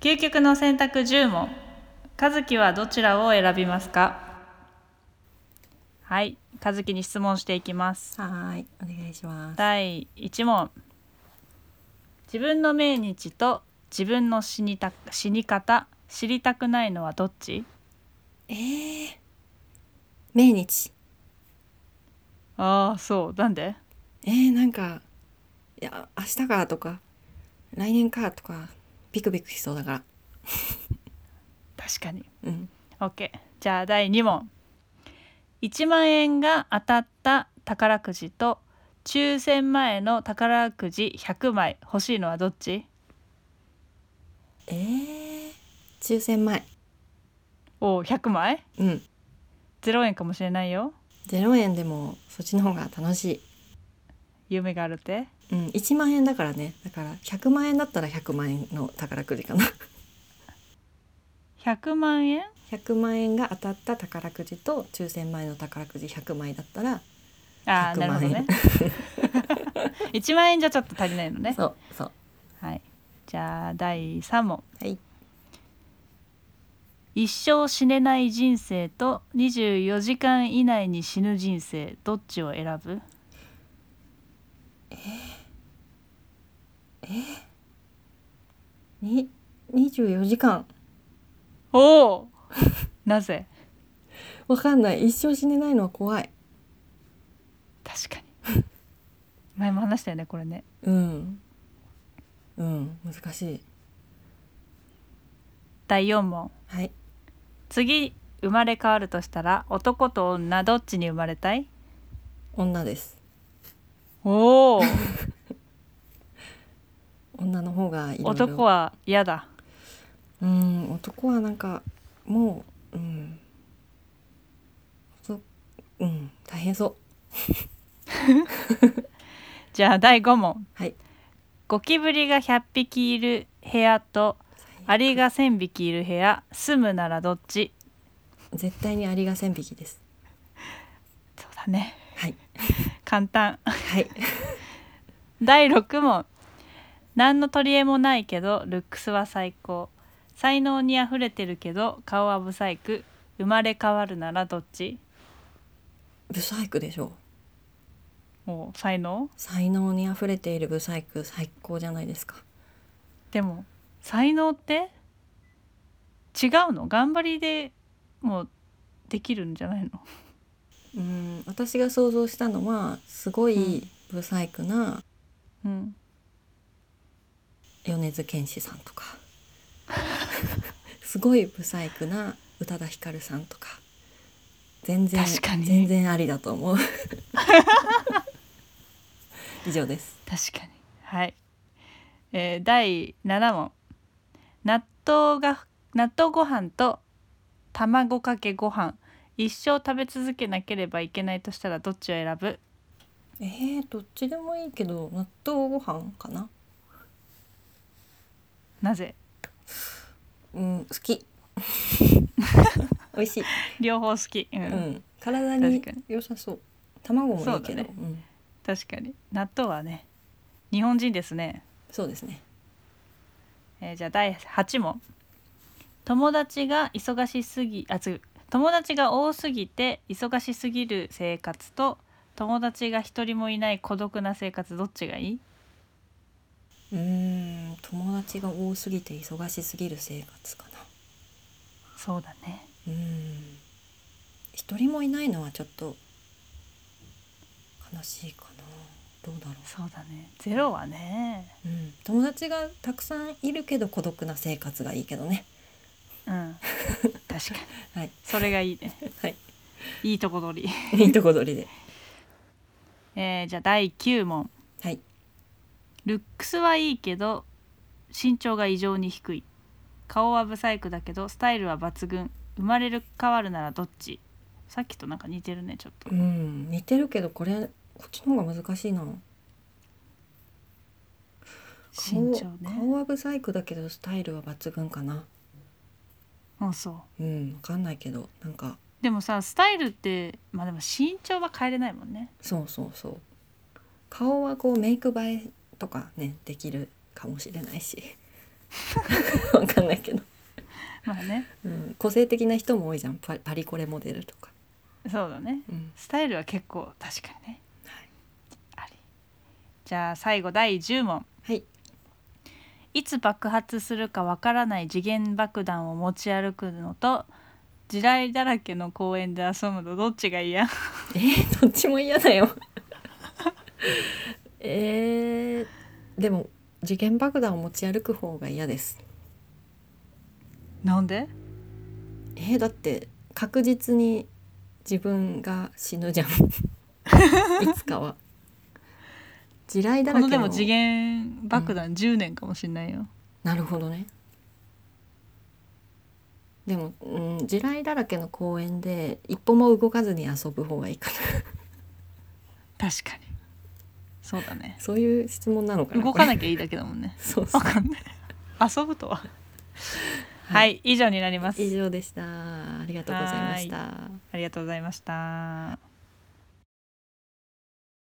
究極の選択10問和樹はどちらを選びますかはい和樹に質問していきますはい、お願いします。第1問自分の命日と自分の死にた死に方知りたくないのはどっちえー、命日。ああそうなんでえー、なんか、いや、明日かとか、来年かとか、ビクビクしそうだから。確かにうん。 OK じゃあ第2問1万円が当たった宝くじと抽選前の宝くじ100枚欲しいのはどっちえー、抽選前。おお100枚うん。 0円かもしれないよ0円でも、そっちの方が楽し夢があるってい。うん、1万円だからね。だから、100万円だったら100万円の宝くじ かな。 100万円100万円が当たった宝くじと、抽選前の宝くじ100枚だったら、ああ100なるほどね1万円じゃちょっと足りないのねそう、そう。はいじゃあ第3問はい。一生死ねない人生と24時間以内に死ぬ人生どっちを選ぶに、24時間。おお なぜわかんない。一生死ねないのは怖い。確かに前も話したよねこれねうん。うん、難しい。第4問はい。次生まれ変わるとしたら男と女どっちに生まれたい女です。おお女の方がいろいろ男。は嫌だうん、男はなんか、もう、うん。そうん、大変そう。じゃあ第5問はい。ゴキブリが100匹いる部屋とアリが1,000匹いる部屋住むならどっち絶対にアリが千匹です。そうだねはい。簡単はい。第6問何の取り柄もないけどルックスは最高才能にあふれてるけど顔はブサイク生まれ変わるならどっちブサイクでしょう。もう才能才能に溢れているブサイク、最高じゃないですか。でも才能って違うの頑張りでもうできるんじゃないのうん、私が想像したのは、すごいブサイクなうん米津玄師さんとか すごい不細工な宇多田ヒカルさんとか全然確かに全然ありだと思う 以上です確かにはい、えー第7問納豆が納豆ご飯と卵かけご飯一生食べ続けなければいけないとしたらどっちを選ぶえー、どっちでもいいけど納豆ご飯かななぜうん好 き美味しい、両方好き、うんうん、体確にかに良さそう卵もいいけそうだどねうん、確かに納豆はね日本人ですねそうですねえーじゃあ第8問友達が忙しすぎあつ友達が多すぎて忙しすぎる生活と友達が一人もいない孤独な生活どっちがいいうーん友達が多すぎて忙しすぎる生活かなそうだねうーん一人もいないのはちょっと悲しいかなどうだろそうだねゼロはねう、うん、友達がたくさんいるけど孤独な生活がいいけどね うん確かにはいそれがいいねはいいいとこ取り、いいとこ取りでえーじゃあ第9問はいルックスはいいけど身長が異常に低い顔はブサイクだけどスタイルは抜群生まれる変わるならどっちさっきとなんか似てるねちょっとうん似てるけどこれこっちの方が難しいな顔身長ね顔はブサイクだけどスタイルは抜群かなうんそううんわかんないけどなんかでもさスタイルってまあでも身長は変えれないもんねそうそうそう 顔はこうメイク映えとかねできるかもしれないしわかんないけど、まあねうん、個性的な人も多いじゃんパパリコレモデルとか、そうだねうん、スタイルは結構確かにねはいありじゃあ最後第10問はい いつ爆発するかわからない次元爆弾を持ち歩くのと地雷だらけの公園で遊ぶのどっちが嫌えー、どっちも嫌だよ えー、でも時限爆弾を持ち歩く方が嫌です なんでえー、だって確実に自分が死ぬじゃん いつかは地雷だこらのけでのも次元爆弾10年かもしんないよ、なるほどねでも、うん、地雷だらけの公園で一歩も動かずに遊ぶ方がいいかな確かにそうだねそういう質問なのかな動かなきゃきゃいいだけだもんねそうそ わうかんない遊ぶとははい、以上になります以上でしたありがとうございましたありがとうございました